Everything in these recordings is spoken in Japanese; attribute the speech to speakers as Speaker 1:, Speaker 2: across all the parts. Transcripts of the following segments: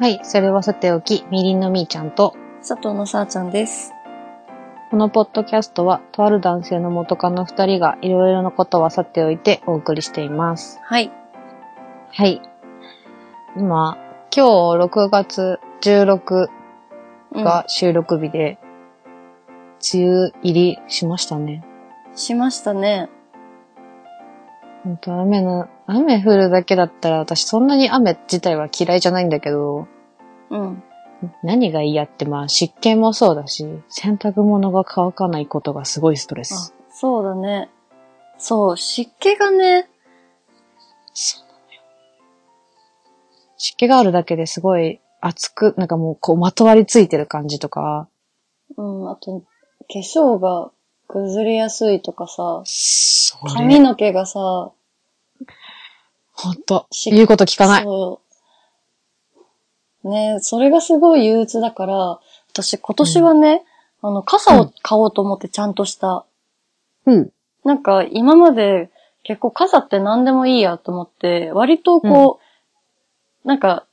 Speaker 1: はい、それはさておき、みりんのみーちゃんと、
Speaker 2: 佐藤のさあちゃんです。
Speaker 1: このポッドキャストは、とある男性の元カノ二人がいろいろなことはさておいてお送りしています。
Speaker 2: はい。
Speaker 1: はい。今、今日6月16
Speaker 2: うん、
Speaker 1: が収録日で、梅雨入りしましたね。
Speaker 2: しましたね。
Speaker 1: ほんと雨の、雨降るだけだったら私そんなに雨自体は嫌いじゃないんだけど、
Speaker 2: うん。
Speaker 1: 何が嫌ってまあ湿気もそうだし、洗濯物が乾かないことがすごいストレ
Speaker 2: あ
Speaker 1: ス。、
Speaker 2: そうだね。そう、湿気がね、
Speaker 1: そうなのよ。湿気があるだけですごい熱く、なんかもうこうまとわりついてる感じとか、
Speaker 2: うん、あと、化粧が崩れやすいとかさ、
Speaker 1: そ
Speaker 2: 髪の毛がさ、
Speaker 1: ほんと、
Speaker 2: 湿
Speaker 1: 言うこと聞かない。
Speaker 2: そう。ねそれがすごい憂鬱だから、私今年はね、あの、傘を買おうと思ってちゃんとした。
Speaker 1: うん。
Speaker 2: なんか今まで結構傘って何でもいいやと思って、割とこう、なんか、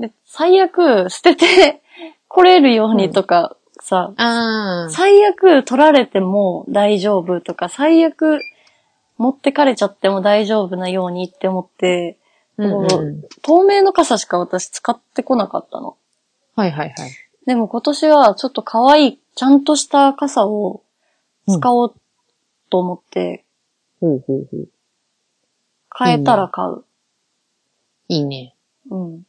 Speaker 2: で最悪捨てて 来れるようにとかさ、
Speaker 1: あー
Speaker 2: 最悪取られても大丈夫とか、最悪持ってかれちゃっても大丈夫なようにって思って、
Speaker 1: うんうん。
Speaker 2: 透明の傘しか私使ってこなかったの。
Speaker 1: はいはいはい。
Speaker 2: でも今年はちょっと可愛い、ちゃんとした傘を使おうと思って
Speaker 1: ほうほうほう。
Speaker 2: 変えたら買う。
Speaker 1: いいね。
Speaker 2: うん。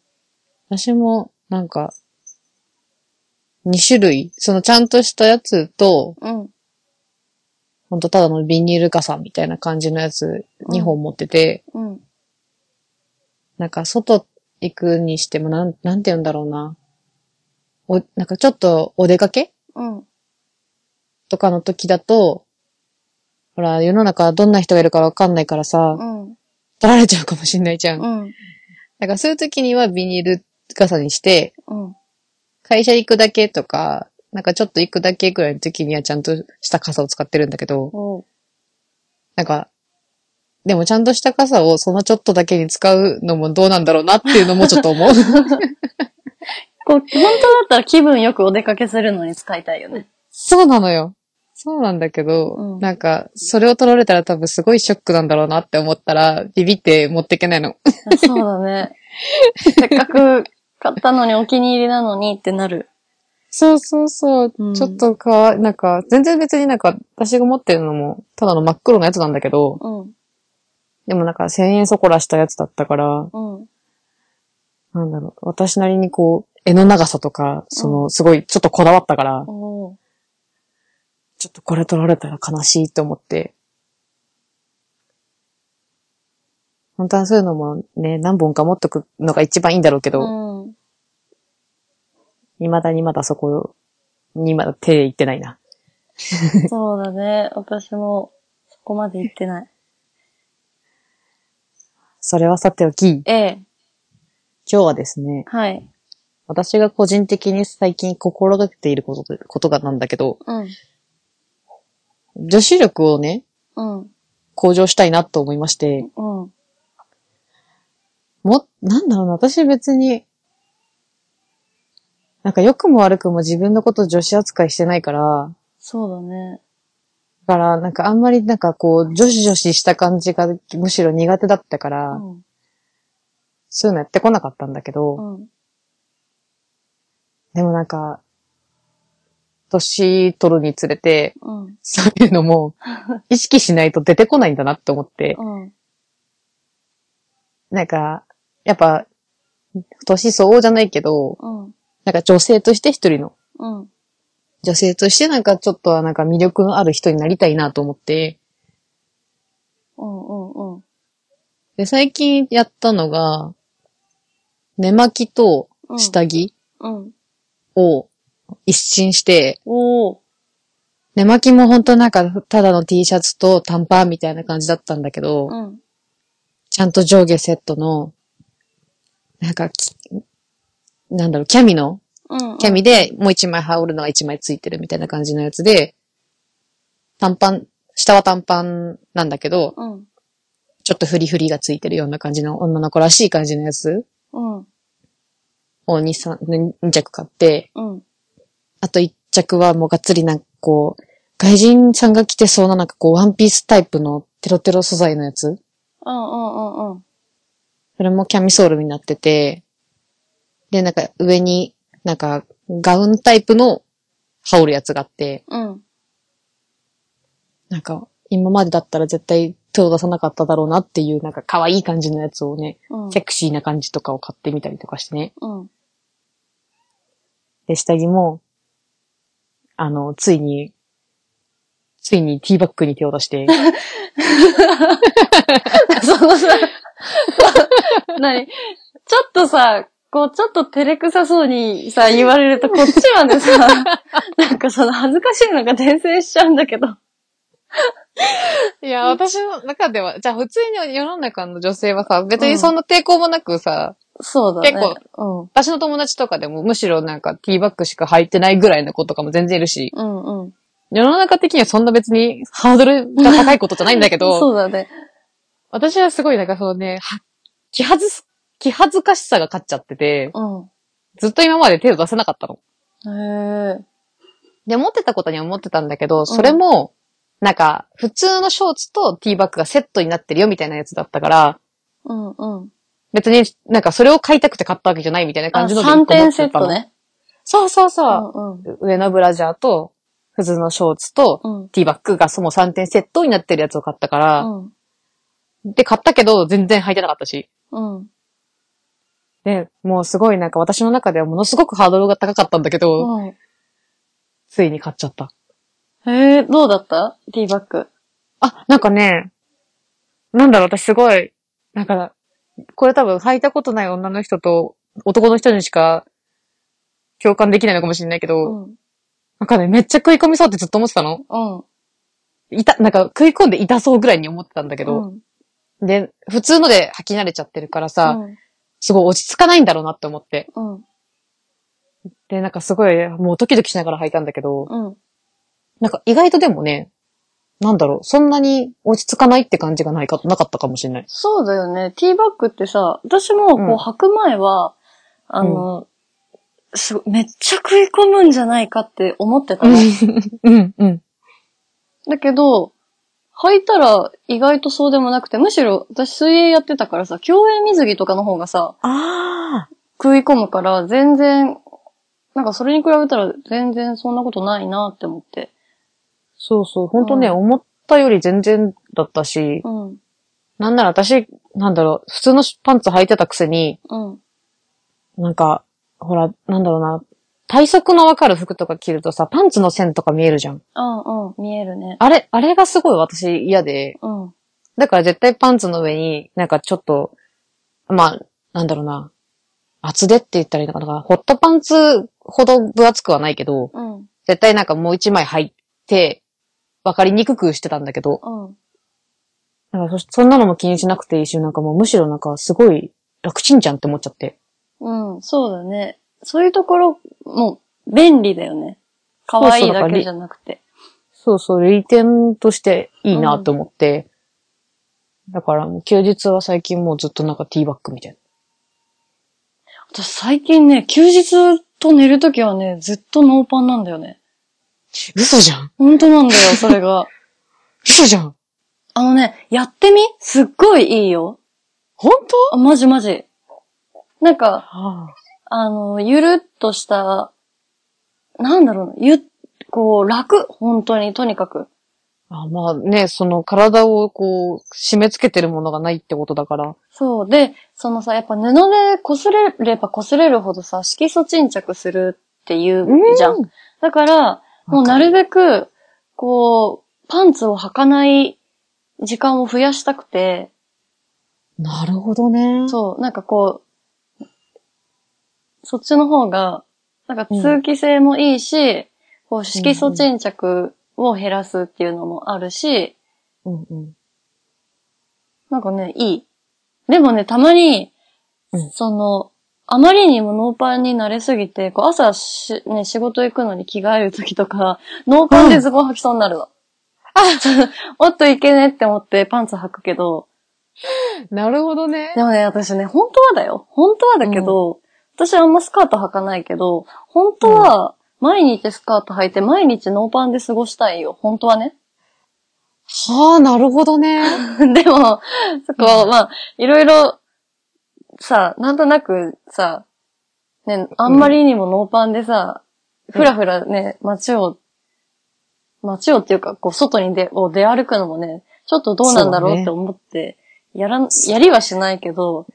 Speaker 1: 私も、なんか、2種類。そのちゃんとしたやつと、
Speaker 2: うん。
Speaker 1: ほんとただのビニール傘みたいな感じのやつ2本持ってて、
Speaker 2: うん。
Speaker 1: なんか外行くにしても、なん、なんて言うんだろうな。お、なんかちょっとお出かけ
Speaker 2: うん。
Speaker 1: とかの時だと、ほら、世の中どんな人がいるかわかんないからさ
Speaker 2: う、ん。
Speaker 1: 取られちゃうかもしんないじゃん。
Speaker 2: うん。
Speaker 1: なんかそういう時にはビニール傘にして、
Speaker 2: うん。
Speaker 1: 会社行くだけとか、なんかちょっと行くだけぐらいの時にはちゃんとした傘を使ってるんだけど、
Speaker 2: おう
Speaker 1: なんか、でもちゃんとした傘をそのちょっとだけに使うのもどうなんだろうなっていうのもちょっと思う。
Speaker 2: こう、本当だったら気分よくお出かけするのに使いたいよね。
Speaker 1: そうなのよ。そうなんだけど、
Speaker 2: うん
Speaker 1: なんか、それを取られたら多分すごいショックなんだろうなって思ったら、ビビって持っていけないの。
Speaker 2: そうだね。せっかく買ったのにお気に入りなのにってなる。
Speaker 1: そうそうそう。
Speaker 2: うん
Speaker 1: ちょっとか、なんか、全然別になんか、私が持ってるのも、ただの真っ黒のやつなんだけど、
Speaker 2: うん。
Speaker 1: でもなんか1000円そこらしたやつだったから、
Speaker 2: うん。
Speaker 1: なんだろう、私なりにこう、絵の長さとか、その、すごい、ちょっとこだわったから、
Speaker 2: おう
Speaker 1: ちょっとこれ取られたら悲しいと思って。本当はそういうのもね、何本か持っとくのが一番いいんだろうけど、
Speaker 2: うん。
Speaker 1: 未だにまだそこにまだ手いってないな。
Speaker 2: そうだね。私もそこまで行ってない。
Speaker 1: それはさておき、今
Speaker 2: ええ。
Speaker 1: 日はですね、
Speaker 2: はい。
Speaker 1: 私が個人的に最近心がけていることと、ことがなんだけど、
Speaker 2: うん。
Speaker 1: 女子力をね、
Speaker 2: うん。
Speaker 1: 向上したいなと思いまして、
Speaker 2: うん。
Speaker 1: も、なんだろうな、私別に、なんか良くも悪くも自分のこと女子扱いしてないから、
Speaker 2: そうだね。
Speaker 1: だから、なんかあんまりなんかこう、女子女子した感じがむしろ苦手だったから、
Speaker 2: うん。
Speaker 1: そういうのやってこなかったんだけど、
Speaker 2: うん。
Speaker 1: でもなんか、年取るにつれて、
Speaker 2: うん。
Speaker 1: そういうのも意識しないと出てこないんだなって思って、
Speaker 2: うん。
Speaker 1: なんか、やっぱ、年相応じゃないけど、
Speaker 2: うん。
Speaker 1: なんか女性として一人の、
Speaker 2: うん。
Speaker 1: 女性としてなんかちょっとはなんか魅力のある人になりたいなと思って、
Speaker 2: うん。うん。うん。
Speaker 1: で、最近やったのが、寝巻きと
Speaker 2: うん。
Speaker 1: 下着、
Speaker 2: うん。
Speaker 1: を一新して、
Speaker 2: おー。
Speaker 1: 寝巻きも本当なんかただの T シャツと短パンみたいな感じだったんだけど、
Speaker 2: うん。
Speaker 1: ちゃんと上下セットの、なんかき、なんだろう、キャミの、
Speaker 2: うん。
Speaker 1: キャミでもう一枚羽織るのが一枚ついてるみたいな感じのやつで、短パン、下は短パンなんだけど、
Speaker 2: うん。
Speaker 1: ちょっとフリフリがついてるような感じの女の子らしい感じのやつ
Speaker 2: うん。
Speaker 1: を2、三2着買って、
Speaker 2: うん。
Speaker 1: あと1着はもうがっつりなんかこう、外人さんが着てそうななんかこうワンピースタイプのテロテロ素材のやつ。
Speaker 2: うんうんうんうん。
Speaker 1: それもキャミソールになってて、で、なんか上になんかガウンタイプの羽織るやつがあって、
Speaker 2: うん。
Speaker 1: なんか今までだったら絶対手を出さなかっただろうなっていうなんか可愛い感じのやつをね、
Speaker 2: うん。
Speaker 1: セクシーな感じとかを買ってみたりとかしてね。
Speaker 2: うん。
Speaker 1: で、下着も、あの、ついに、ついにティーバッグに手を出して、
Speaker 2: そのさ、 何ちょっとさ、こう、ちょっと照れくさそうにさ、言われると、こっちまでさ、 なんかその恥ずかしいのが伝染しちゃうんだけど。
Speaker 1: いや、私の中では、じゃあ普通に世の中の女性はさ、別にそんな抵抗もなくさ、
Speaker 2: そうだね。
Speaker 1: 結
Speaker 2: 構。
Speaker 1: 私の友達とかでもむしろなんかティーバッグしか履いてないぐらいの子とかも全然いるし、
Speaker 2: うん。うんうん。
Speaker 1: 世の中的にはそんな別にハードルが高いことじゃないんだけど、
Speaker 2: そうだね。
Speaker 1: 私はすごいなんかそのね、は気恥ずす、気恥ずかしさが勝っちゃってて、
Speaker 2: うん。
Speaker 1: ずっと今まで手を出せなかったの。
Speaker 2: へえ。
Speaker 1: で、思ってたことには思ってたんだけど、それも、なんか、普通のショーツとティーバッグがセットになってるよみたいなやつだったから、
Speaker 2: うんうん。
Speaker 1: 別になんかそれを買いたくて買ったわけじゃないみたいな感
Speaker 2: あ、
Speaker 1: じので
Speaker 2: 3
Speaker 1: 一個持
Speaker 2: 点
Speaker 1: ってた
Speaker 2: セッ
Speaker 1: の
Speaker 2: ト。ね。
Speaker 1: そうそう
Speaker 2: う
Speaker 1: そう。
Speaker 2: んうん。
Speaker 1: 上のブラジャーと、普通のショーツと、
Speaker 2: うん。
Speaker 1: ティーバッグがそも3点セットになってるやつを買ったから、
Speaker 2: うん。
Speaker 1: で、買ったけど全然履いてなかったし。
Speaker 2: うん。
Speaker 1: で、もうすごいなんか私の中ではものすごくハードルが高かったんだけど、
Speaker 2: うん。
Speaker 1: ついに買っちゃった。
Speaker 2: へえ、どうだったティーバッグ。
Speaker 1: あ、なんかね、なんだろう、私すごい、なんか、これ多分履いたことない女の人と男の人にしか共感できないのかもしれないけど、
Speaker 2: うん。
Speaker 1: なんかね、めっちゃ食い込みそうってずっと思ってたの。
Speaker 2: うん。
Speaker 1: いた、なんか食い込んで痛そうぐらいに思ってたんだけ
Speaker 2: け
Speaker 1: ど、、で、普通ので履き慣れちゃってるからさ、
Speaker 2: うん。
Speaker 1: すごい落ち着かないんだろうなって思って。
Speaker 2: うん。
Speaker 1: で、なんかすごい、もうドキドキしながら履いたんだけど、
Speaker 2: うん。
Speaker 1: なんか意外とでもね、なんだろう、そんなに落ち着かないって感じがないか、なかったかもしれない。
Speaker 2: そうだよね。ティーバッグってさ、私も
Speaker 1: うん
Speaker 2: こう履く前は、あの、すごいめっちゃ食い込むんじゃないかって思ってたの。
Speaker 1: うん、うん。
Speaker 2: だけど、履いたら意外とそうでもなくて、むしろ私水泳やってたからさ、競泳水着とかの方がさ、
Speaker 1: ああ。
Speaker 2: 食い込むから全然、なんかそれに比べたら全然そんなことないなって思って。
Speaker 1: そうそう、ほんとね、
Speaker 2: うん
Speaker 1: 思ったより全然だったし、
Speaker 2: うん、うん、
Speaker 1: なんなら私、なんだろう、普通のパンツ履いてたくせに、
Speaker 2: うん、
Speaker 1: なんか、ほら、なんだろうな、体側のわかる服とか着るとさ、パンツの線とか見えるじゃん。
Speaker 2: うん、見えるね。
Speaker 1: あれ、あれがすごい私嫌で、
Speaker 2: うん、
Speaker 1: だから絶対パンツの上に、なんかちょっと、まあ、なんだろうな、厚手って言ったらいいのかな、ホットパンツほど分厚くはないけど、
Speaker 2: うん、
Speaker 1: 絶対なんかもう一枚入って、わかりにくくしてたんだけど、
Speaker 2: うん。
Speaker 1: なんかそそんなのも気にしなくていいし、なんかもうむしろなんかすごい楽ちんじゃんって思っちゃって。
Speaker 2: うん、そうだね。そういうところ、もう、便利だよね。可愛いだけじゃなくて。
Speaker 1: そうそう、利点としていいなと思って、だからもう休日は最近もうずっとなんかティーバッグみたいな。
Speaker 2: 私最近ね、休日と寝るときはね、ずっとノーパンなんだよね。
Speaker 1: 嘘じゃん
Speaker 2: 本当なんだよ、それが。
Speaker 1: 嘘じゃん
Speaker 2: あのね、やってみすっごいいいよ。
Speaker 1: 本当
Speaker 2: あ、まじまじ。なんか、
Speaker 1: はあ、
Speaker 2: あの、ゆるっとした、なんだろうな、ゆ、こう、楽。本当に、とにかく。
Speaker 1: あまあね、その体をこう、締め付けてるものがないってことだから。
Speaker 2: そう。で、そのさ、やっぱ布で擦れれば擦れるほどさ、色素沈着するっていうじゃん。
Speaker 1: うん
Speaker 2: だから、もうなるべく、こう、パンツを履かない時間を増やしたくて、
Speaker 1: なるほどね。
Speaker 2: そう、なんかこう、そっちの方が、なんか通気性もいいし、こう色素沈着を減らすっていうのもあるし、
Speaker 1: うんうん。
Speaker 2: なんかね、いい。でもね、たまに、
Speaker 1: うん
Speaker 2: その、あまりにもノーパンに慣れすぎて、こう朝し、ね、仕事行くのに着替える時とか、 ノーパンでズボン履きそうになるの。あ、 おっといけねって思ってパンツ履くけど、
Speaker 1: なるほどね
Speaker 2: で。もね、私ね、本当はだよ。本当はだけど、私はあんまスカート履かないけど、本当は、毎日スカート履いて、毎日ノーパンで過ごしたいよ。本当はね。
Speaker 1: はあ、なるほどね。
Speaker 2: でも、そこ、
Speaker 1: うん
Speaker 2: まあ、いろいろ、さ、なんとなく、さ、ね、あんまりにもノーパンでさ、
Speaker 1: うん
Speaker 2: ふらふらね、街を、街をっていうか、こう、外に出、を出歩くのもね、ちょっとどうなんだ
Speaker 1: そう
Speaker 2: ろう
Speaker 1: ね
Speaker 2: って思って、やらん、やりはしないけど、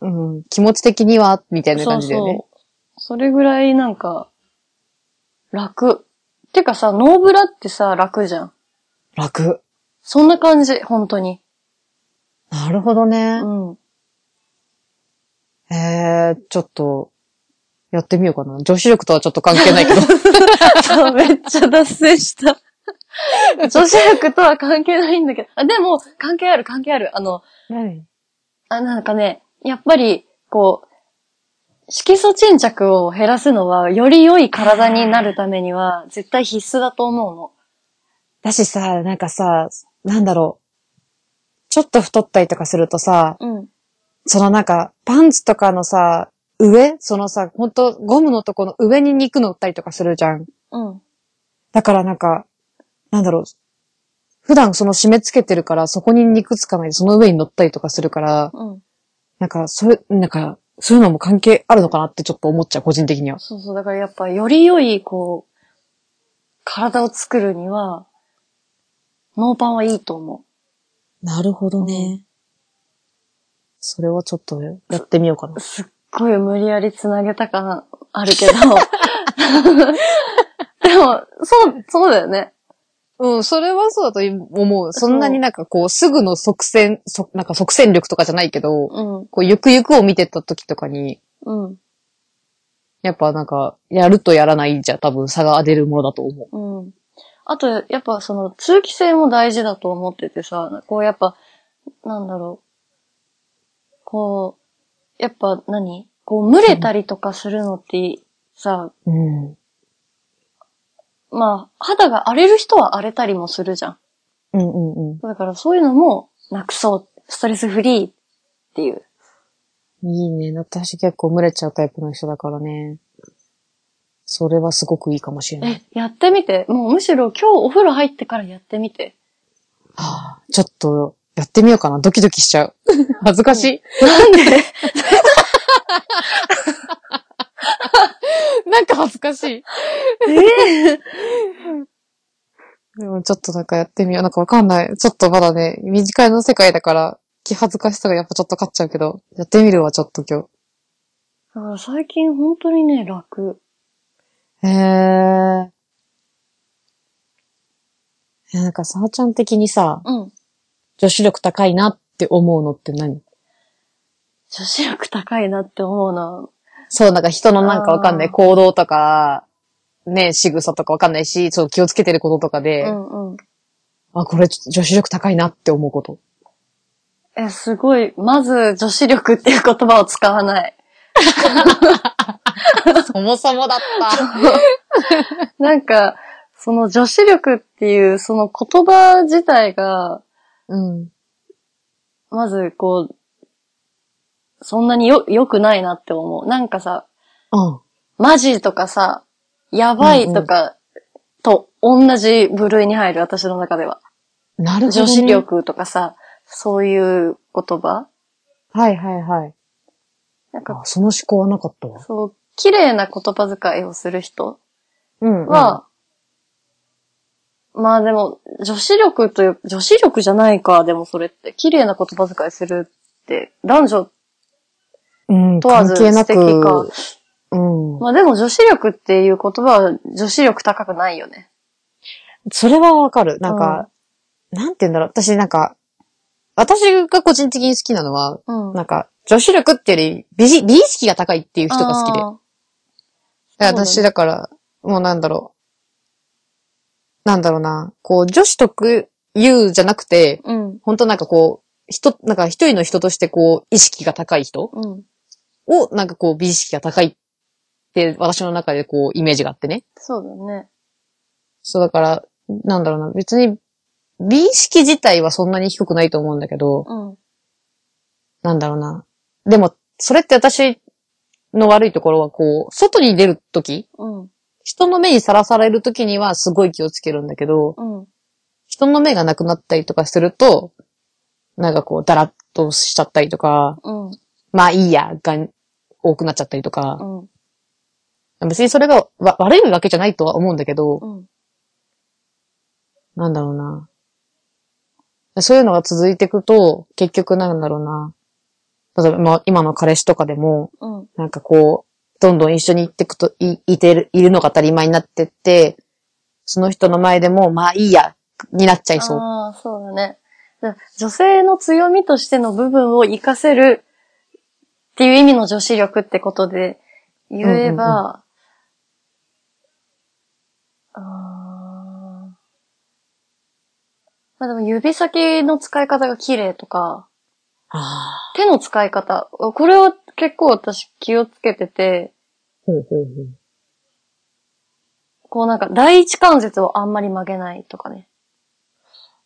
Speaker 1: うん。気持ち的には、みたいな
Speaker 2: そ
Speaker 1: 感
Speaker 2: う
Speaker 1: じだよね。
Speaker 2: そう。それぐらいなんか、楽。てかさ、ノーブラってさ、楽じゃん。
Speaker 1: 楽。
Speaker 2: そんな感じ、本当に。
Speaker 1: なるほど
Speaker 2: う
Speaker 1: ね。
Speaker 2: ん。
Speaker 1: へえ、ちょっと、やってみようかな。女子力とはちょっと関係ないけど。
Speaker 2: そう、めっちゃ脱線 した。女子力とは関係ないんだけど。あ、でも、関係ある、関係ある。あの、
Speaker 1: 何
Speaker 2: あ、なんかね、やっぱり、こう、色素沈着を減らすのは、より良い体になるためには、絶対必須だと思うの。
Speaker 1: だしさ、なんかさ、なんだろう。ちょっと太ったりとかするとさ、
Speaker 2: うん。
Speaker 1: そのなんか、パンツとかのさ、上そのさ、ほんと、ゴムのとこの上に肉乗ったりとかするじゃん。
Speaker 2: うん。
Speaker 1: だからなんか、なんだろう。普段その締め付けてるから、そこに肉つかないで、その上に乗ったりとかするから、
Speaker 2: うん。
Speaker 1: なんか、そういう、なんか、そういうのも関係あるのかなってちょっと思っちゃう、個人的には。
Speaker 2: そうそう、だからやっぱより良い、こう、体を作るには、ノーパンはいいと思
Speaker 1: なるほど
Speaker 2: ね。
Speaker 1: それはちょっとやってみようかな
Speaker 2: う。。すっごい無理やり繋げた感ある けど。でも、そう、そうだよね。
Speaker 1: うん、それはそうだと思う。そんなになんかこう、すぐの即戦、即なんか即戦力とかじゃないけど、
Speaker 2: うん、
Speaker 1: こう、ゆくゆくを見てた時とかに、
Speaker 2: うん、
Speaker 1: やっぱなんか、やるとやらないじゃ多分差が出るものだと思う。
Speaker 2: うん。あと、やっぱその、通気性も大事だと思っててさ、こうやっぱ、なんだろう。こう、やっぱ何こう、蒸れたりとかするのって、さ、
Speaker 1: うん。
Speaker 2: まあ、肌が荒れる人は荒れたりもするじゃん。
Speaker 1: うんうんう
Speaker 2: だからそういうのもなくそう。ストレスフリーっていう。
Speaker 1: ん。いいね。私結構群れちゃうタイプの人だからね。それはすごくいいかもしれない。
Speaker 2: え、やってみて。もうむしろ今日お風呂入ってからやってみて。
Speaker 1: はあ、ちょっと、やってみようかな。ドキドキしち ゃう。恥ずかしい。
Speaker 2: な んで
Speaker 1: なんか恥ずかしい。
Speaker 2: え
Speaker 1: でもちょっとなんかやってみよう。なんかわかんない。ちょっとまだね、短いの世界だから、気恥ずかしさがやっぱちょっと勝っちゃうけど、やってみるわ、ちょっと今
Speaker 2: だから最近本当にね、楽。
Speaker 1: 日。へえ。えなんか、さあちゃん的にさ、
Speaker 2: うん。
Speaker 1: 女子力高いなって思うのって何
Speaker 2: 女子力高いなって思うな。
Speaker 1: そう、なんか人のなんかわかんない
Speaker 2: あー
Speaker 1: 行動とか、ね、仕草とかわかんないし、そう気をつけてることとかで、
Speaker 2: うんうん。
Speaker 1: あ、これ女子力高いなって思うこと。
Speaker 2: え、すごい。まず、女子力っていう言葉を使わない。
Speaker 1: そもそもだ った。
Speaker 2: なんか、その女子力っていう、その言葉自体が、
Speaker 1: うん。
Speaker 2: まず、こう、そんなによ、良くないなって思う。なんかさ、
Speaker 1: あ
Speaker 2: マジとかさ、やばいとか、と同じ部類に入る、私の中では。
Speaker 1: なるほど、
Speaker 2: 女
Speaker 1: ね。
Speaker 2: 子。力とかさ、そういう言葉
Speaker 1: はいはいはい。
Speaker 2: な
Speaker 1: あ
Speaker 2: んか、
Speaker 1: その思考はなかったわ。
Speaker 2: そう、綺麗な言葉遣いをする人
Speaker 1: うん
Speaker 2: は、まあでも、女子力という、女子力じゃないか、でもそれって。綺麗な言葉遣いするって、男女
Speaker 1: うん、
Speaker 2: 問わず
Speaker 1: 関係なく、
Speaker 2: 素敵
Speaker 1: う
Speaker 2: か
Speaker 1: ん。
Speaker 2: まあでも女子力っていう言葉は女子力高くないよね。
Speaker 1: それはわかる。なんか、なんて言うんだろう。私なんか、私が個人的に好きなのは、
Speaker 2: うん。
Speaker 1: なんか、女子力ってより美人、美意識が高いっていう人が好きで。
Speaker 2: あ
Speaker 1: だから
Speaker 2: そうだね
Speaker 1: 私だから、もうなんだろう。なんだろうな。こう、女子特有じゃなくて、
Speaker 2: ー。うん。
Speaker 1: 本当なんかこう、人、なんか一人の人としてこう、意識が高い人
Speaker 2: うん。
Speaker 1: を、なんかこう、美意識が高いって、私の中でこう、イメージがあってね。
Speaker 2: そうだね。
Speaker 1: そうだから、なんだろうな、別に、美意識自体はそんなに低くないと思うんだけど、
Speaker 2: うん。
Speaker 1: なんだろうな。でも、それって私の悪いところはこう、外に出るとき、
Speaker 2: うん。
Speaker 1: 人の目にさらされるときにはすごい気をつけるんだけど、
Speaker 2: うん。
Speaker 1: 人の目がなくなったりとかすると、なんかこう、だらっとしちゃったりとか、
Speaker 2: うん。
Speaker 1: まあいいや、が多くなっちゃったりと
Speaker 2: う
Speaker 1: か、
Speaker 2: ん。
Speaker 1: 別にそれがわ悪いわけじゃないとは思うんだけど、
Speaker 2: うん。
Speaker 1: なんだろうな。そういうのが続いていくと、結局なんだろうな。例えば、まあ今の彼氏とかでも、
Speaker 2: うん。
Speaker 1: なんかこう、どんどん一緒に行ってくと、い、いてる、いるのが当たり前になってって、その人の前でも、まあいいや、になっちゃいそう。
Speaker 2: ああ、そうだね。女性の強みとしての部分を活かせるっていう意味の女子力ってことで言えば、あーまあでも指先の使い方が綺麗とか、
Speaker 1: ああ。
Speaker 2: 手の使い方。これは結構私気をつけてて、
Speaker 1: ほうほう
Speaker 2: こうなんか第一関節をあんまり曲げないとかね。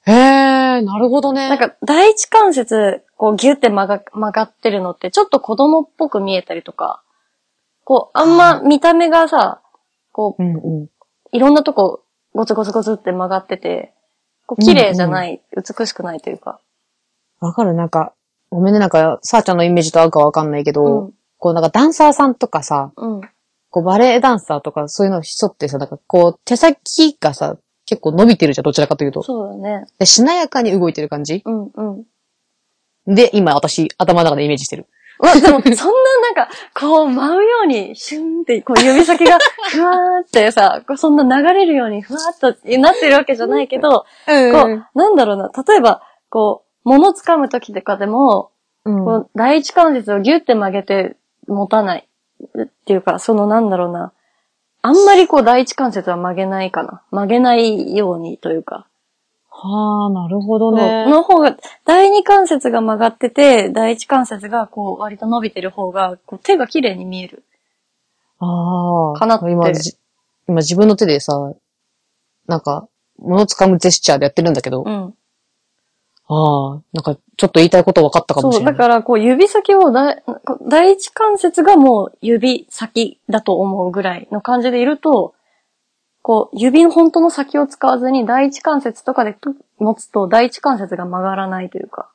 Speaker 1: ほう。へえ、なるほどね。
Speaker 2: なんか、第一関節、こう、ギュって曲が、曲がってるのって、ちょっと子供っぽく見えたりとか、こう、あんま見た目がさ、こ
Speaker 1: うんうん。
Speaker 2: う、いろんなとこ、ゴツゴツゴツって曲がってて、こう、綺麗じゃない、美しくないというか。
Speaker 1: わかるなんか、ごめんね、なんか、さーちゃんのイメージと合うかわかんないけ
Speaker 2: う
Speaker 1: ど、
Speaker 2: ん、
Speaker 1: こうなんかダンサーさんとかさ、
Speaker 2: うん、
Speaker 1: こうバレエダンサーとかそういうの人ってさ、なんかこう手先がさ、結構伸びてるじゃん、どちらかというと。
Speaker 2: そうだね。
Speaker 1: で、しなやかに動いてる感じ
Speaker 2: うん、うん。
Speaker 1: で、今私、頭の中でイメージしてる。
Speaker 2: まあ、 でも、そんななんか、こう、舞うように、シュンって、こう、指先が、ふわーってさ、こうそんな流れるように、ふわーっとなってるわけじゃないけど、
Speaker 1: う
Speaker 2: こう、なんだろうな、例えば、こう、物掴むときとかでも、
Speaker 1: うん。
Speaker 2: こう、第一関節をギュって曲げて持たない。っていうか、そのなんだろうな。あんまりこう、第一関節は曲げないかな。曲げないようにというか。
Speaker 1: はあ、なるほど
Speaker 2: そう
Speaker 1: ね。
Speaker 2: の方が、第二関節が曲がってて、第一関節がこう、割と伸びてる方が、こう、手が綺麗に見える。
Speaker 1: ああ。
Speaker 2: かなって
Speaker 1: 今、じ今自分の手でさ、なんか、物掴むジェスチャーでやってるんだけど、
Speaker 2: うん。
Speaker 1: ああ、なんかちょっと言いたいこと分かったかもし
Speaker 2: そう、
Speaker 1: れな
Speaker 2: だ
Speaker 1: い。
Speaker 2: からこう、指先をだい、こう第一関節がもう指先だと思うぐらいの感じでいると、こう、指の本当の先を使わずに第一関節とかでと持つと第一関節が曲がらないというか。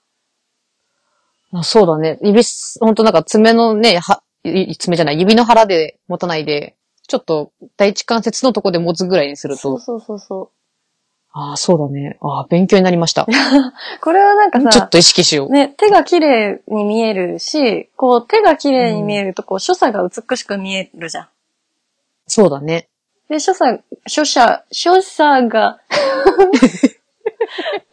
Speaker 1: あそうだね。指す、ほんとなんか爪のね、は、い爪じゃない、指の腹で持たないで、ちょっと第一関節のとこで持つぐらいにする
Speaker 2: そう
Speaker 1: と。
Speaker 2: そうそうそ
Speaker 1: ああ、そうだね。ああ、勉強になりま した。
Speaker 2: う。これはなんか
Speaker 1: ちょっ
Speaker 2: さ、
Speaker 1: と意識しよう。
Speaker 2: ね、手が綺麗に見えるし、こう手が綺麗に見えるとこう所作が美しく見えるじゃん。
Speaker 1: そうだ ね。
Speaker 2: で、所作、所作、所作が、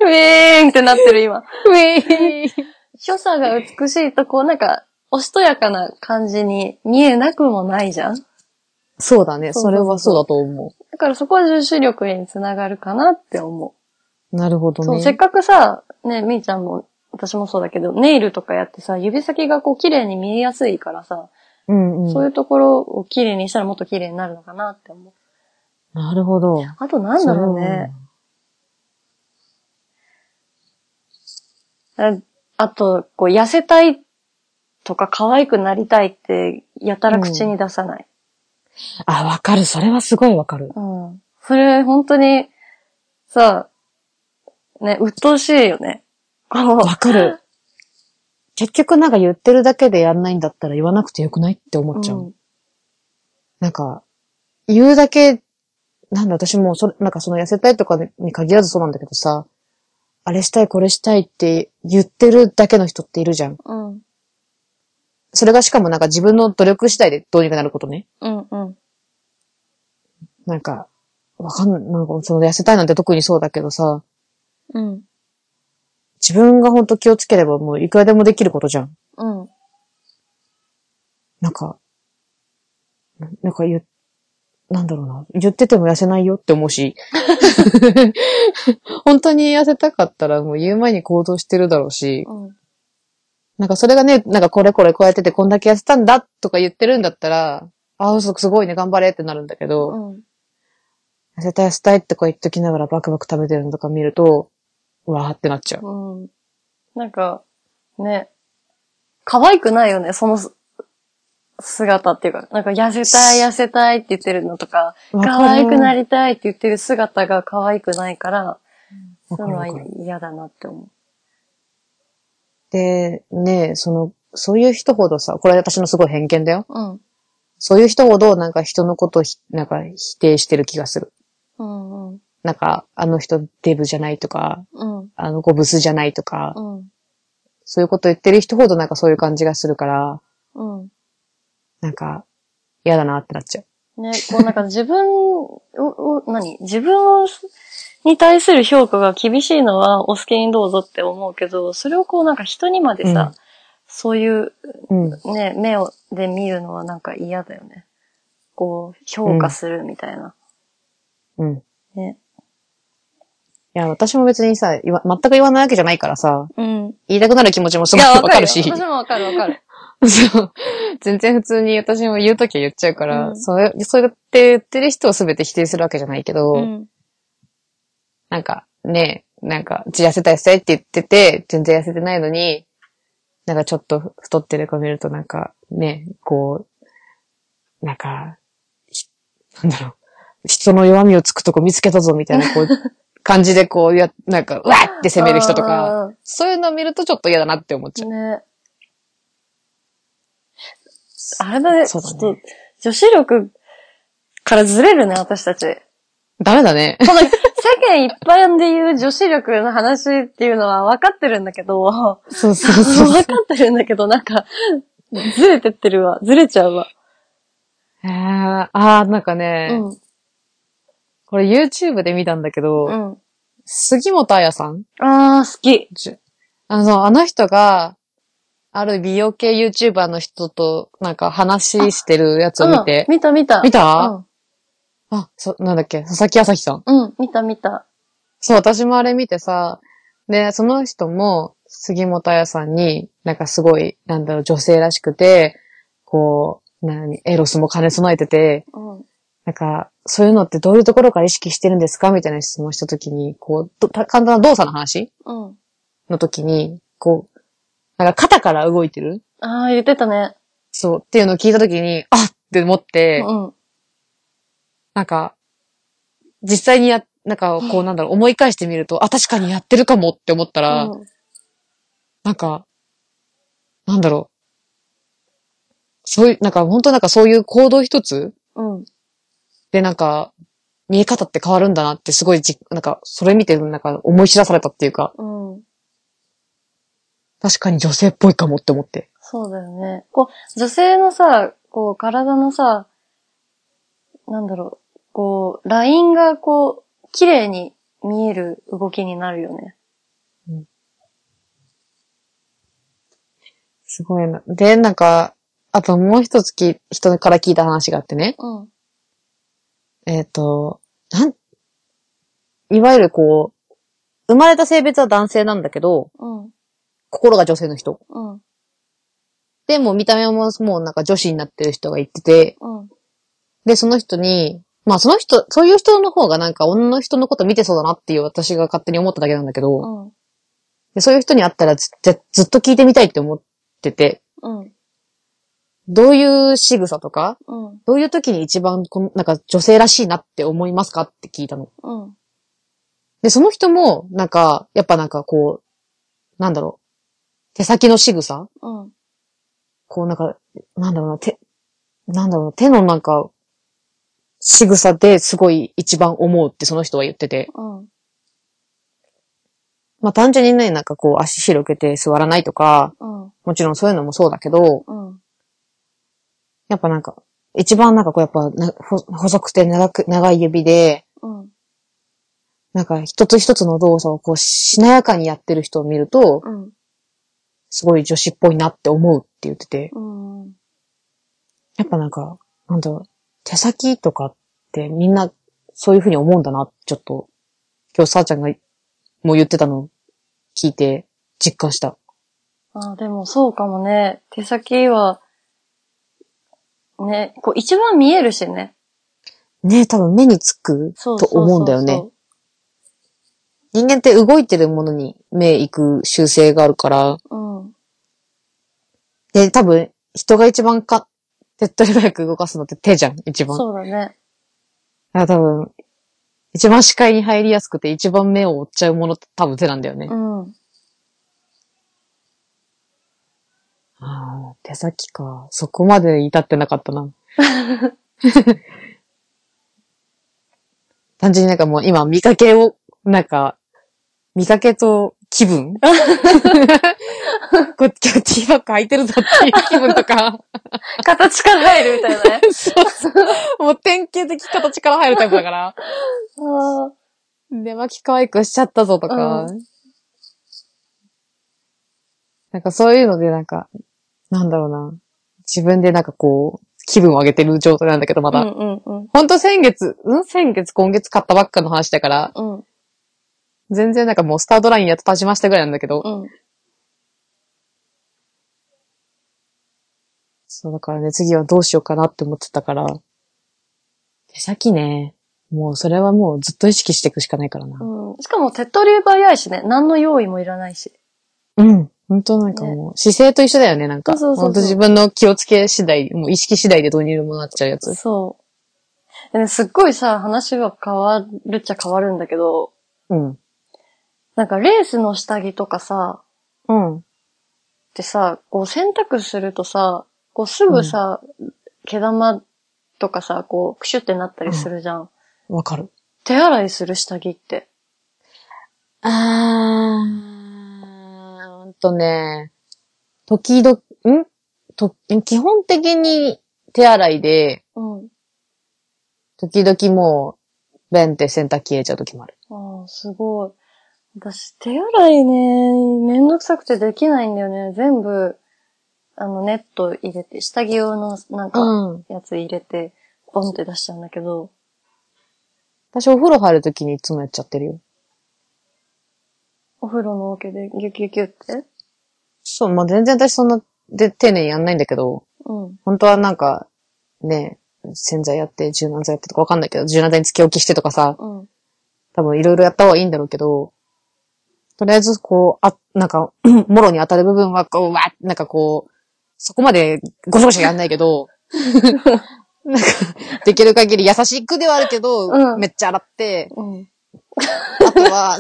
Speaker 2: ウェーンってなってる今。
Speaker 1: ウェイ
Speaker 2: 所作が美しいと、こうなんか、おしとやかな感じに見えなくもないじゃんだ
Speaker 1: そうだね。
Speaker 2: そ
Speaker 1: そ
Speaker 2: うそうそう
Speaker 1: れはそうだと思
Speaker 2: からそこは重視力につながるかなって思
Speaker 1: う。なるほ
Speaker 2: う。
Speaker 1: ど
Speaker 2: そう、
Speaker 1: ね。
Speaker 2: せっかくさ、ね、みーちゃんも、私もそうだけど、ネイルとかやってさ、指先がこう綺麗に見えやすいからさ、
Speaker 1: うんうん
Speaker 2: そういうところを綺麗にしたらもっと綺麗になるのかなって思う。
Speaker 1: なるほど。
Speaker 2: あとなんだろうね。ああと、こう、痩せたいとか可愛くなりたいって、やたら口に出さない。
Speaker 1: そう。あ、わかる。それはすごいわかる。
Speaker 2: うん。それ、本当に、さ、ね、鬱陶しいよね。こ
Speaker 1: わかる。結局なんか言ってるだけでやんないんだったら言わなくてよくないって思
Speaker 2: う、
Speaker 1: っちゃう。なんか、言うだけ、なんだ、私もうそれ、なんかその痩せたいとかに限らずそうなんだけどさ、あれしたい、これしたいって言ってるだけの人っているじゃん。
Speaker 2: うん、うん、
Speaker 1: それがしかもなんか自分の努力次第でどうにかなることね。
Speaker 2: うん、うん、
Speaker 1: なんか、わかんない。なんかその痩せたいなんて特にそうだけどさ、
Speaker 2: うん、
Speaker 1: 自分がほんと気をつければもういくらでもできることじゃん。
Speaker 2: うん、
Speaker 1: なんか、ななんか言う、なんだろうな。言ってても痩せないよって思うし。 本当に痩せたかったらもう言う前に行動してるだろうし。
Speaker 2: うん、
Speaker 1: なんかそれがね、なんかこれこれこうやっててこんだけ痩せたんだとか言ってるんだったら、ああ、すすごいね、頑張れってなるんだけど、
Speaker 2: うん。
Speaker 1: 痩せたい痩せたいとか言っときながらバクバク食べてるのとか見ると、うわーってなっちゃう。
Speaker 2: うんなんか、ね、可愛くないよね、その、姿っていうか、なんか痩せたい痩せたいって言ってるのとか、
Speaker 1: わ
Speaker 2: 可愛くな
Speaker 1: り。
Speaker 2: りたいって言ってる姿が可愛くないから、
Speaker 1: わ
Speaker 2: そ
Speaker 1: か
Speaker 2: う
Speaker 1: る
Speaker 2: いうのは
Speaker 1: わかる
Speaker 2: 嫌だなって思う。
Speaker 1: で、ねその、そういう人ほどさ、これ私のすごい偏見だよ。
Speaker 2: うん。
Speaker 1: そういう人ほどなんか人のことをひなんか否定してる気がする。
Speaker 2: うんうん。
Speaker 1: なんか、あの人デブじゃないとか、
Speaker 2: うん。
Speaker 1: あの子ブスじゃないとか、
Speaker 2: うん。
Speaker 1: そういうこと言ってる人ほどなんかそういう感じがするから、
Speaker 2: うん。
Speaker 1: なんか、嫌だなってなっちゃう。
Speaker 2: ね、こうなんか自分、う、う、何自分に対する評価が厳しいのはお好きにどうぞって思うけど、それをこうなんか人にまでさ、
Speaker 1: うん
Speaker 2: そういう
Speaker 1: うん。
Speaker 2: ね、目を、で見るのはなんか嫌だよね。こう、評価するみたいな。
Speaker 1: うん。い
Speaker 2: ね。
Speaker 1: や、私も別にさ、言わ全く言わないわけじゃないからさ、
Speaker 2: うん。
Speaker 1: 言いたくなる気持ちもす
Speaker 2: い
Speaker 1: ごい
Speaker 2: や、
Speaker 1: わ
Speaker 2: わか
Speaker 1: か
Speaker 2: る
Speaker 1: る
Speaker 2: よ。
Speaker 1: し。
Speaker 2: 私もわかるわかる。
Speaker 1: そう。全然普通に私も言うときは言っちゃうから、
Speaker 2: うん
Speaker 1: そうや、そうやって言ってる人を全て否定するわけじゃないけど、
Speaker 2: うん。
Speaker 1: なんかね、なんか、うち痩せたい痩せたいって言ってて、全然痩せてないのに、なんかちょっと太ってる子見るとなんかね、こう、なんか、ひなんだろう、人の弱みをつくとこ見つけたぞみたいな、 こう、感じでこうや、なんか、うわって攻める人とか、
Speaker 2: あー。
Speaker 1: そういうのを見るとちょっと嫌だなって思っちゃう。
Speaker 2: ね。あれだね、
Speaker 1: そう
Speaker 2: ち
Speaker 1: だ
Speaker 2: ょ
Speaker 1: ね
Speaker 2: っと、女子力からずれるね、私たち。
Speaker 1: ダメだね。
Speaker 2: この世間一般で言う女子力の話っていうのは分かってるんだけど、分
Speaker 1: そうそうそうそう
Speaker 2: か。ってるんだけど、なんか、ずれてってるわ。ずれちゃうわ。
Speaker 1: えー、あー、なんかね、
Speaker 2: うん。
Speaker 1: これ YouTube で見たんだけど、
Speaker 2: うん。
Speaker 1: 杉本彩さん
Speaker 2: あー、好き。
Speaker 1: じゅあの、あの人が、ある美容系 YouTuber の人と、なんか話してるやつを見て
Speaker 2: う、ん見た見た。
Speaker 1: 見た、あ、そ、なんだっけ、佐々木朝日さん。
Speaker 2: うん。うん、見た見た。
Speaker 1: そう、私もあれ見てさ、で、その人も、杉本彩さんに、なんかすごい、なんだろう、女性らしくて、こう、なに、エロスも兼ね備えてて、
Speaker 2: うん。
Speaker 1: なんか、そういうのってどういうところから意識してるんですかみたいな質問したときに、こう、ど簡単な動作の話
Speaker 2: うん。
Speaker 1: のときに、こう、なんか肩から動いてる
Speaker 2: あー、言ってたね。
Speaker 1: そう、っていうのを聞いたときに、あっって思って、
Speaker 2: うん。
Speaker 1: なんか、実際にや、なんか、こう、なんだろう、思い返してみると、あ、確かにやってるかもって思ったら、
Speaker 2: うん
Speaker 1: なんか、なんだろう。そういう、なんか、本当なんかそういう行動一つ
Speaker 2: うん。
Speaker 1: で、なんか、見え方って変わるんだなって、すごいじ、なんか、それ見て、なんか、思い知らされたっていうか、
Speaker 2: うん。
Speaker 1: 確かに女性っぽいかもって思って。
Speaker 2: そうだよね。こう、女性のさ、こう、体のさ、なんだろう、こう、ラインがこう、綺麗に見える動きになるよね。
Speaker 1: すごいな。で、なんか、あともう一つき、人から聞いた話があってね。
Speaker 2: うん。
Speaker 1: えっ、と、なん、いわゆるこう、生まれた性別は男性なんだけど、
Speaker 2: うん。
Speaker 1: 心が女性の人。
Speaker 2: うん。
Speaker 1: でも見た目ももうなんか女子になってる人が言ってて、
Speaker 2: うん。
Speaker 1: で、その人に、まあその人、そういう人の方がなんか女の人のこと見てそうだなっていう私が勝手に思っただけなんだけ
Speaker 2: う
Speaker 1: ど、
Speaker 2: ん。
Speaker 1: でそういう人に会ったらずずずっと聞いてみたいって思ってて、
Speaker 2: うん。
Speaker 1: どういう仕草とか、
Speaker 2: うん。
Speaker 1: どういう時に一番この、なんか女性らしいなって思いますかって聞いたの。
Speaker 2: うん。
Speaker 1: で、その人も、なんか、やっぱなんかこう、なんだろう、手先の仕草
Speaker 2: うん。
Speaker 1: こうなんか、なんだろうな、手、なんだろうな、手のなんか、仕草ですごい一番思うってその人は言ってて。
Speaker 2: うん。
Speaker 1: まあ単純にね、なんかこう足広げて座らないとか、
Speaker 2: うん。
Speaker 1: もちろんそういうのもそうだけど、
Speaker 2: うん。
Speaker 1: やっぱなんか、一番なんかこうやっぱな、ほ細くて長く、長い指で、
Speaker 2: うん。
Speaker 1: なんか一つ一つの動作をこうしなやかにやってる人を見ると、
Speaker 2: うん。
Speaker 1: すごい女子っぽいなって思うって言ってて、
Speaker 2: うん。
Speaker 1: やっぱなんか、なんだろう、手先とかってみんなそういうふうに思うんだな、ちょっと、今日さーちゃんがもう言ってたのを聞いて実感した。
Speaker 2: ああ、でもそうかもね。手先は、ね、こう一番見えるしね。
Speaker 1: ねえ、多分目につく
Speaker 2: そ
Speaker 1: と
Speaker 2: うそうそうそう。
Speaker 1: 思うんだよね。。人間って動いてるものに目行く習性があるから、
Speaker 2: うん。
Speaker 1: で、多分人が一番か、手っ取り早く動かすのって手じゃん、一番。
Speaker 2: そうだね。
Speaker 1: あ多分、一番視界に入りやすくて一番目を追っちゃうものって多分手なんだよね。
Speaker 2: うん。
Speaker 1: ああ、手先か。そこまで至ってなかったな。単純になんかもう今見かけを、なんか、見かけと気分こっち今日ティーバッグ履いてるぞっていう気分とか。
Speaker 2: 形から入るみたいなね。
Speaker 1: そうそう。もう典型的形から入るタイプだから。
Speaker 2: ああ。
Speaker 1: 寝巻き可愛くしちゃったぞとか。
Speaker 2: う
Speaker 1: なんかそういうのでなんか、なんだろうな。自分でなんかこう、気分を上げてる状態なんだけど、まだ。
Speaker 2: うんうん
Speaker 1: ほんと先月、うん先月、今月買ったばっかの話だから、
Speaker 2: うん。うん
Speaker 1: 全然なんかもうスタートラインやっと立ちましたぐらいなんだけど、
Speaker 2: うん。
Speaker 1: そうだからね、次はどうしようかなって思ってたから、手先ね、もうそれはもうずっと意識していくしかないからな。
Speaker 2: うん、しかも手っ取り早いしね、何の用意もいらないし。
Speaker 1: うん。本当なんかもう、姿勢と一緒だよね、なんか。
Speaker 2: そうそうそうそう
Speaker 1: 本当自分の気をつけ次第、もう意識次第でどうにでもなっちゃうやつ。
Speaker 2: そう。でね、すっごいさ、話は変わるっちゃ変わるんだけど、
Speaker 1: うん。
Speaker 2: なんかレースの下着とかさ、
Speaker 1: うん。
Speaker 2: ってさ、こう洗濯するとさ、こうすぐさ、毛玉とかさ、こうクシュってなったりするじゃん。
Speaker 1: わかる。
Speaker 2: 手洗いする下着って。
Speaker 1: あー、うんとね、時々、んと、基本的に手洗いで、
Speaker 2: うん。
Speaker 1: 時々もう、ベンって洗濯機消えちゃう時もある。
Speaker 2: ああ、すごい。私、手洗いね、めんどくさくてできないんだよね。全部、あの、ネット入れて、下着用の、なんか、
Speaker 1: ん。
Speaker 2: やつ入れて、ボンって出しちゃうんだけど、
Speaker 1: 私お風呂入る時にいつもやっちゃってるよ。
Speaker 2: お風呂の桶でギュギュギュって。
Speaker 1: そう、まあ、全然私そんな、で、丁寧にやんないんだけど、
Speaker 2: うん。
Speaker 1: 本当はなんか、ね、洗剤やって、柔軟剤やってとかわかんないけど、柔軟剤につけ置きしてとかさ、
Speaker 2: うん。
Speaker 1: 多分いろいろやった方がいいんだろうけど、とりあえずこう、あ、なんか、 もろに当たる部分はこう、わーなんかこう、そこまでごしょごしょやんないけ ど、なんか、できる限り優しくではあるけど、
Speaker 2: うん
Speaker 1: めっちゃ洗って、
Speaker 2: うん。
Speaker 1: あとは、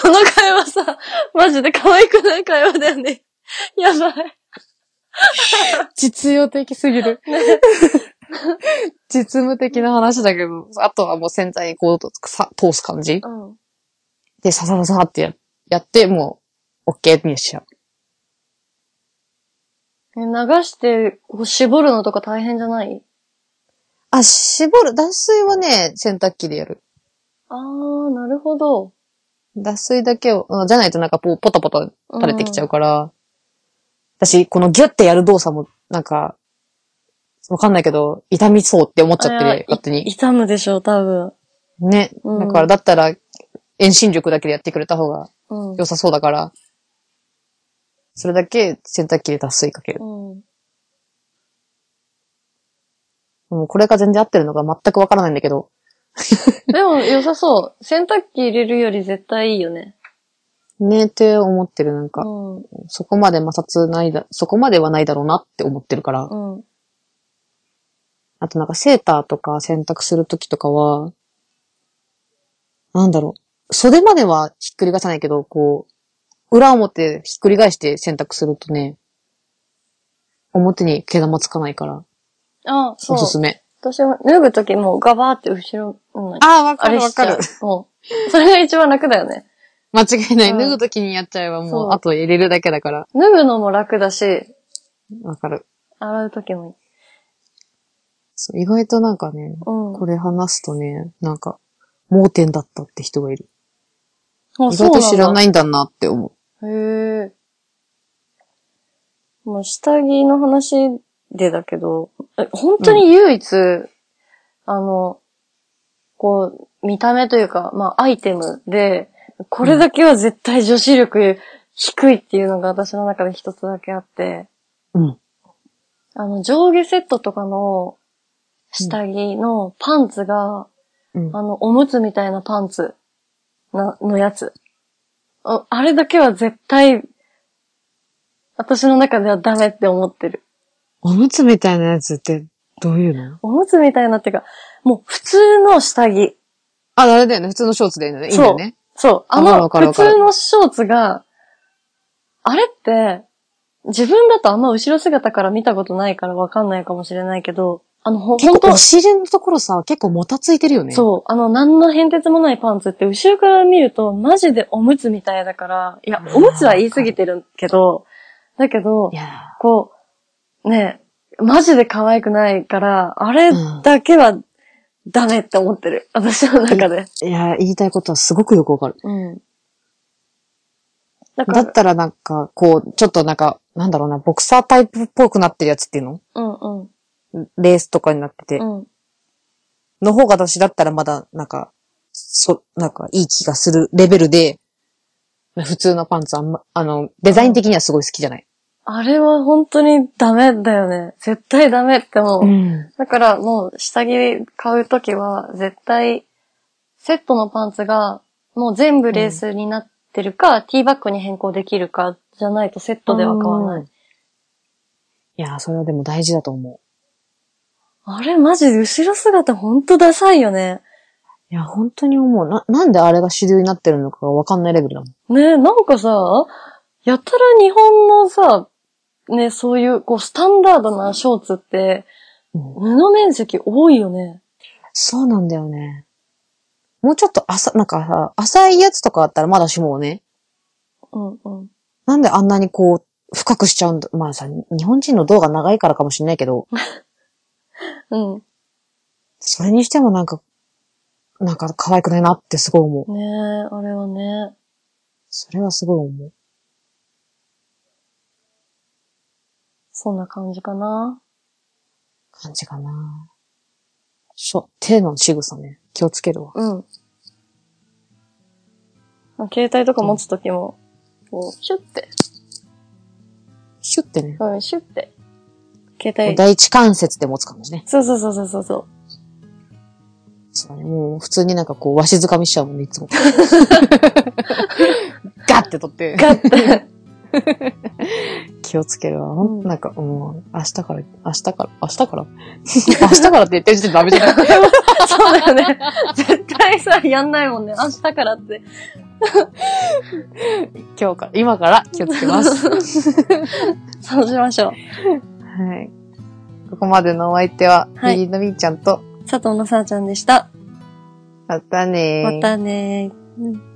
Speaker 2: この会話さ、マジで可愛くない会話だよね。 やばい。
Speaker 1: 実用的すぎる。実務的な話だけど、あとはもう洗剤にこう、さ通す感じ
Speaker 2: うん。
Speaker 1: で、ササササってややって、もう、オッケーにしちゃう。
Speaker 2: え流して、こう絞るのとか大変じゃない
Speaker 1: あ、絞る。脱水はね、洗濯機でやる。
Speaker 2: あー、なるほど。
Speaker 1: 脱水だけを、うんじゃないとなんかポポタポタ垂れてきちゃうから、私、このギュッてやる動作も、なんか、わかんないけど、痛みそうって思っちゃって
Speaker 2: あれ
Speaker 1: る
Speaker 2: は、
Speaker 1: 勝手に。
Speaker 2: 痛むでしょ、多分。
Speaker 1: ね。
Speaker 2: うん
Speaker 1: だから、だったら、遠心力だけでやってくれた方が
Speaker 2: うん。
Speaker 1: 良さそうだから、それだけ洗濯機で脱水かける。
Speaker 2: うん。
Speaker 1: もうこれが全然合ってるのが全くわからないんだけど、
Speaker 2: でも、良さそう。洗濯機入れるより絶対いいよね。
Speaker 1: ねえって思ってる、なんか
Speaker 2: う。ん。う
Speaker 1: そこまで摩擦ないだ、そこまではないだろうなって思ってるから。
Speaker 2: ん。
Speaker 1: あとなんかセーターとか洗濯するときとかは、なんだろう。袖まではひっくり返さないけど、こう、裏表ひっくり返して洗濯するとね、表に毛玉つかないから、
Speaker 2: あ、そう
Speaker 1: お。すすめ。
Speaker 2: 私は脱ぐときもうガバーって後ろ、うん
Speaker 1: ああ、わ
Speaker 2: あれしちゃう。。もう。それが一番楽だよね。
Speaker 1: 間違いない。
Speaker 2: うん
Speaker 1: 脱ぐときにやっちゃえば
Speaker 2: そ
Speaker 1: もう、
Speaker 2: う
Speaker 1: あと入れるだけだから、
Speaker 2: 脱ぐのも楽だし、
Speaker 1: わかる。
Speaker 2: 洗うときもいい。
Speaker 1: そう、意外となんかね、
Speaker 2: うん。
Speaker 1: これ話すとね、なんか、盲点だったって人がいる。
Speaker 2: も。
Speaker 1: 意外と知らないいんだなって思う。
Speaker 2: へえ。もう下着の話でだけど、え本当に唯一、あの、こう、見た目というか、まあ、アイテムで、これだけは絶対女子力低いっていうのが私の中で一つだけあって、
Speaker 1: うん。
Speaker 2: あの、上下セットとかの下着のパンツが、
Speaker 1: うん
Speaker 2: あの、おむつみたいなパンツな、のやつ。ああれだけは絶対、私の中ではダメって思ってる。
Speaker 1: おむつみたいなやつって、どういうの
Speaker 2: おむつみたいなっていうか、もう普通の下着。
Speaker 1: あ、あれだよね。普通のショーツでいいのね。いいんだよね。
Speaker 2: そう。あの、
Speaker 1: わかる
Speaker 2: 普
Speaker 1: わかる
Speaker 2: 通のショーツが、あれって、自分だとあんま後ろ姿から見たことないからわかんないかもしれないけど、あの、ほ
Speaker 1: 結
Speaker 2: 本
Speaker 1: 構
Speaker 2: 当
Speaker 1: お尻のところさ、結構もたついてるよね。う。
Speaker 2: そう、あの、何の変哲もないパンツって、後ろから見ると、マジでおむつみたいだから、いや
Speaker 1: あ、ー
Speaker 2: おむつは言い過ぎてるけど、だけど
Speaker 1: い、や
Speaker 2: こう、ね、マジで可愛くないから、あれ
Speaker 1: うん
Speaker 2: だけはダメって思ってる。私の中で。
Speaker 1: ー、いやー言いたいことはすごくよくわかる。
Speaker 2: うん。だか
Speaker 1: だ
Speaker 2: ら、
Speaker 1: ったらなんか、こう、ちょっとなんか、なんだろうな、ボクサータイプっぽくなってるやつっていうの
Speaker 2: うんうん。
Speaker 1: レースとかになってて。
Speaker 2: うん。
Speaker 1: の方が私だったらまだ、なんか、そ、なんか、いい気がするレベルで、普通のパンツあんま、あの、デザイン的にはすごい好きじゃない。
Speaker 2: あれは本当にダメだよね。絶対ダメって思う。
Speaker 1: ん。
Speaker 2: だからもう下着買うときは絶対セットのパンツがもう全部レースになってるか、ティーバッグに変更できるかじゃないとセットでは買わない。
Speaker 1: い。いやー、それはでも大事だと思
Speaker 2: あれマジで後ろ姿ほんとダサいよね。
Speaker 1: う。いや、本当に思う。な、なんであれが主流になってるのかがわかんないレベルだもん。
Speaker 2: ねえ、なんかさ、やたら日本のさ、ね、そういうこうスタンダードなショーツって布面積多いよね。
Speaker 1: そうなんだよね。もうちょっと浅、なんかさ、浅いやつとかあったらまだしもうね。
Speaker 2: うんうん。
Speaker 1: なんであんなにこう、深くしちゃうんだ。まあさ、日本人の動画長いからかもしれないけど、
Speaker 2: うん。
Speaker 1: それにしてもなんか、なんか可愛くないなってすごい思う。
Speaker 2: ねえ、あれはね。
Speaker 1: それはすごい思う。
Speaker 2: そんな感じかな。
Speaker 1: 感じかな。しょ、手の仕草ね。気をつけるわ。
Speaker 2: うん。携帯とか持つときも、こう、シュッて、
Speaker 1: シュってね。
Speaker 2: うん、シュッて。携帯、
Speaker 1: 第一関節で持つ感じね。
Speaker 2: そうそうそうそうそう。
Speaker 1: そうね。もう普通になんかこう、わしづかみしちゃうもんね、い つも。ガッて取って。
Speaker 2: ガッて。
Speaker 1: 気をつけるわ。ほん
Speaker 2: うん
Speaker 1: なんか、もう、明日から、明日から、明日から 明日からって言ってる時点でダメじゃない
Speaker 2: そうだよね。絶対さ、やんないもんね。明日からって。
Speaker 1: 今日から、今から気をつけ ます。は
Speaker 2: そうしましょう。
Speaker 1: い。ここまでのお相手は、
Speaker 2: はい
Speaker 1: リリーのみーちゃんと、
Speaker 2: 佐藤のさあちゃんでした。
Speaker 1: またねー
Speaker 2: またねー。
Speaker 1: うん